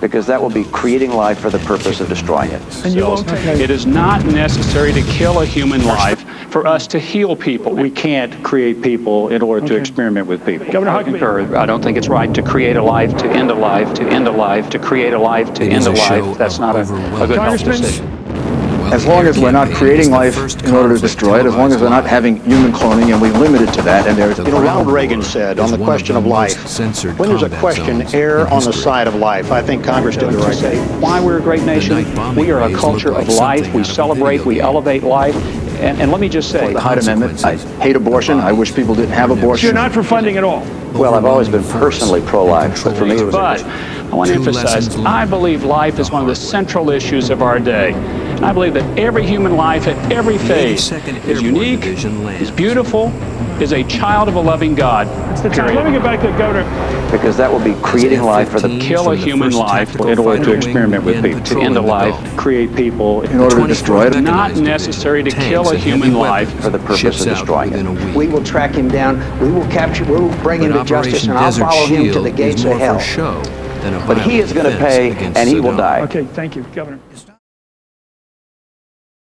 because that will be creating life for the purpose of destroying it. And you won't take it. It is not necessary to kill a human life for us to heal people. We can't create people in order to experiment with people. Governor I Huckabee. concur. I don't think it's right to create a life, to end a life, to end a life, to create a life, to It end is a a show life. That's of not a, a good health Congressman, decision. As long as we're not creating life in order to destroy it, as long as we're not having human cloning and we limit it to that, and there's You know, Ronald Reagan said on the question of life, when there's a question, err on the side of life. I think Congress did the right thing. Why we're a great nation? night bombing We are a raids culture look of like life. something We out of a celebrate, video we game. elevate life. And, and let me just say, the Hyde Amendment. I hate abortion. I wish people didn't have abortion. You're not for funding at all. Well, I've always been personally pro-life, but for me it was But I want to Two emphasize, lessons learned. I believe life is one of the central issues of our day. And I believe that every human life at every phase 82nd is Airborne unique, Division lands. is beautiful, is a child of a loving God. It's the time. Let me get back to the governor. because that will be creating life for the kill a human life in order to experiment with people, To end a life, create people. In order to destroy it, Not necessary to kill a human life for the purpose of destroying it. We will track him down. We will capture. We will bring him to justice, and I'll follow him to the gates of hell. But he is going to pay, and he will die. Okay, thank you, Governor.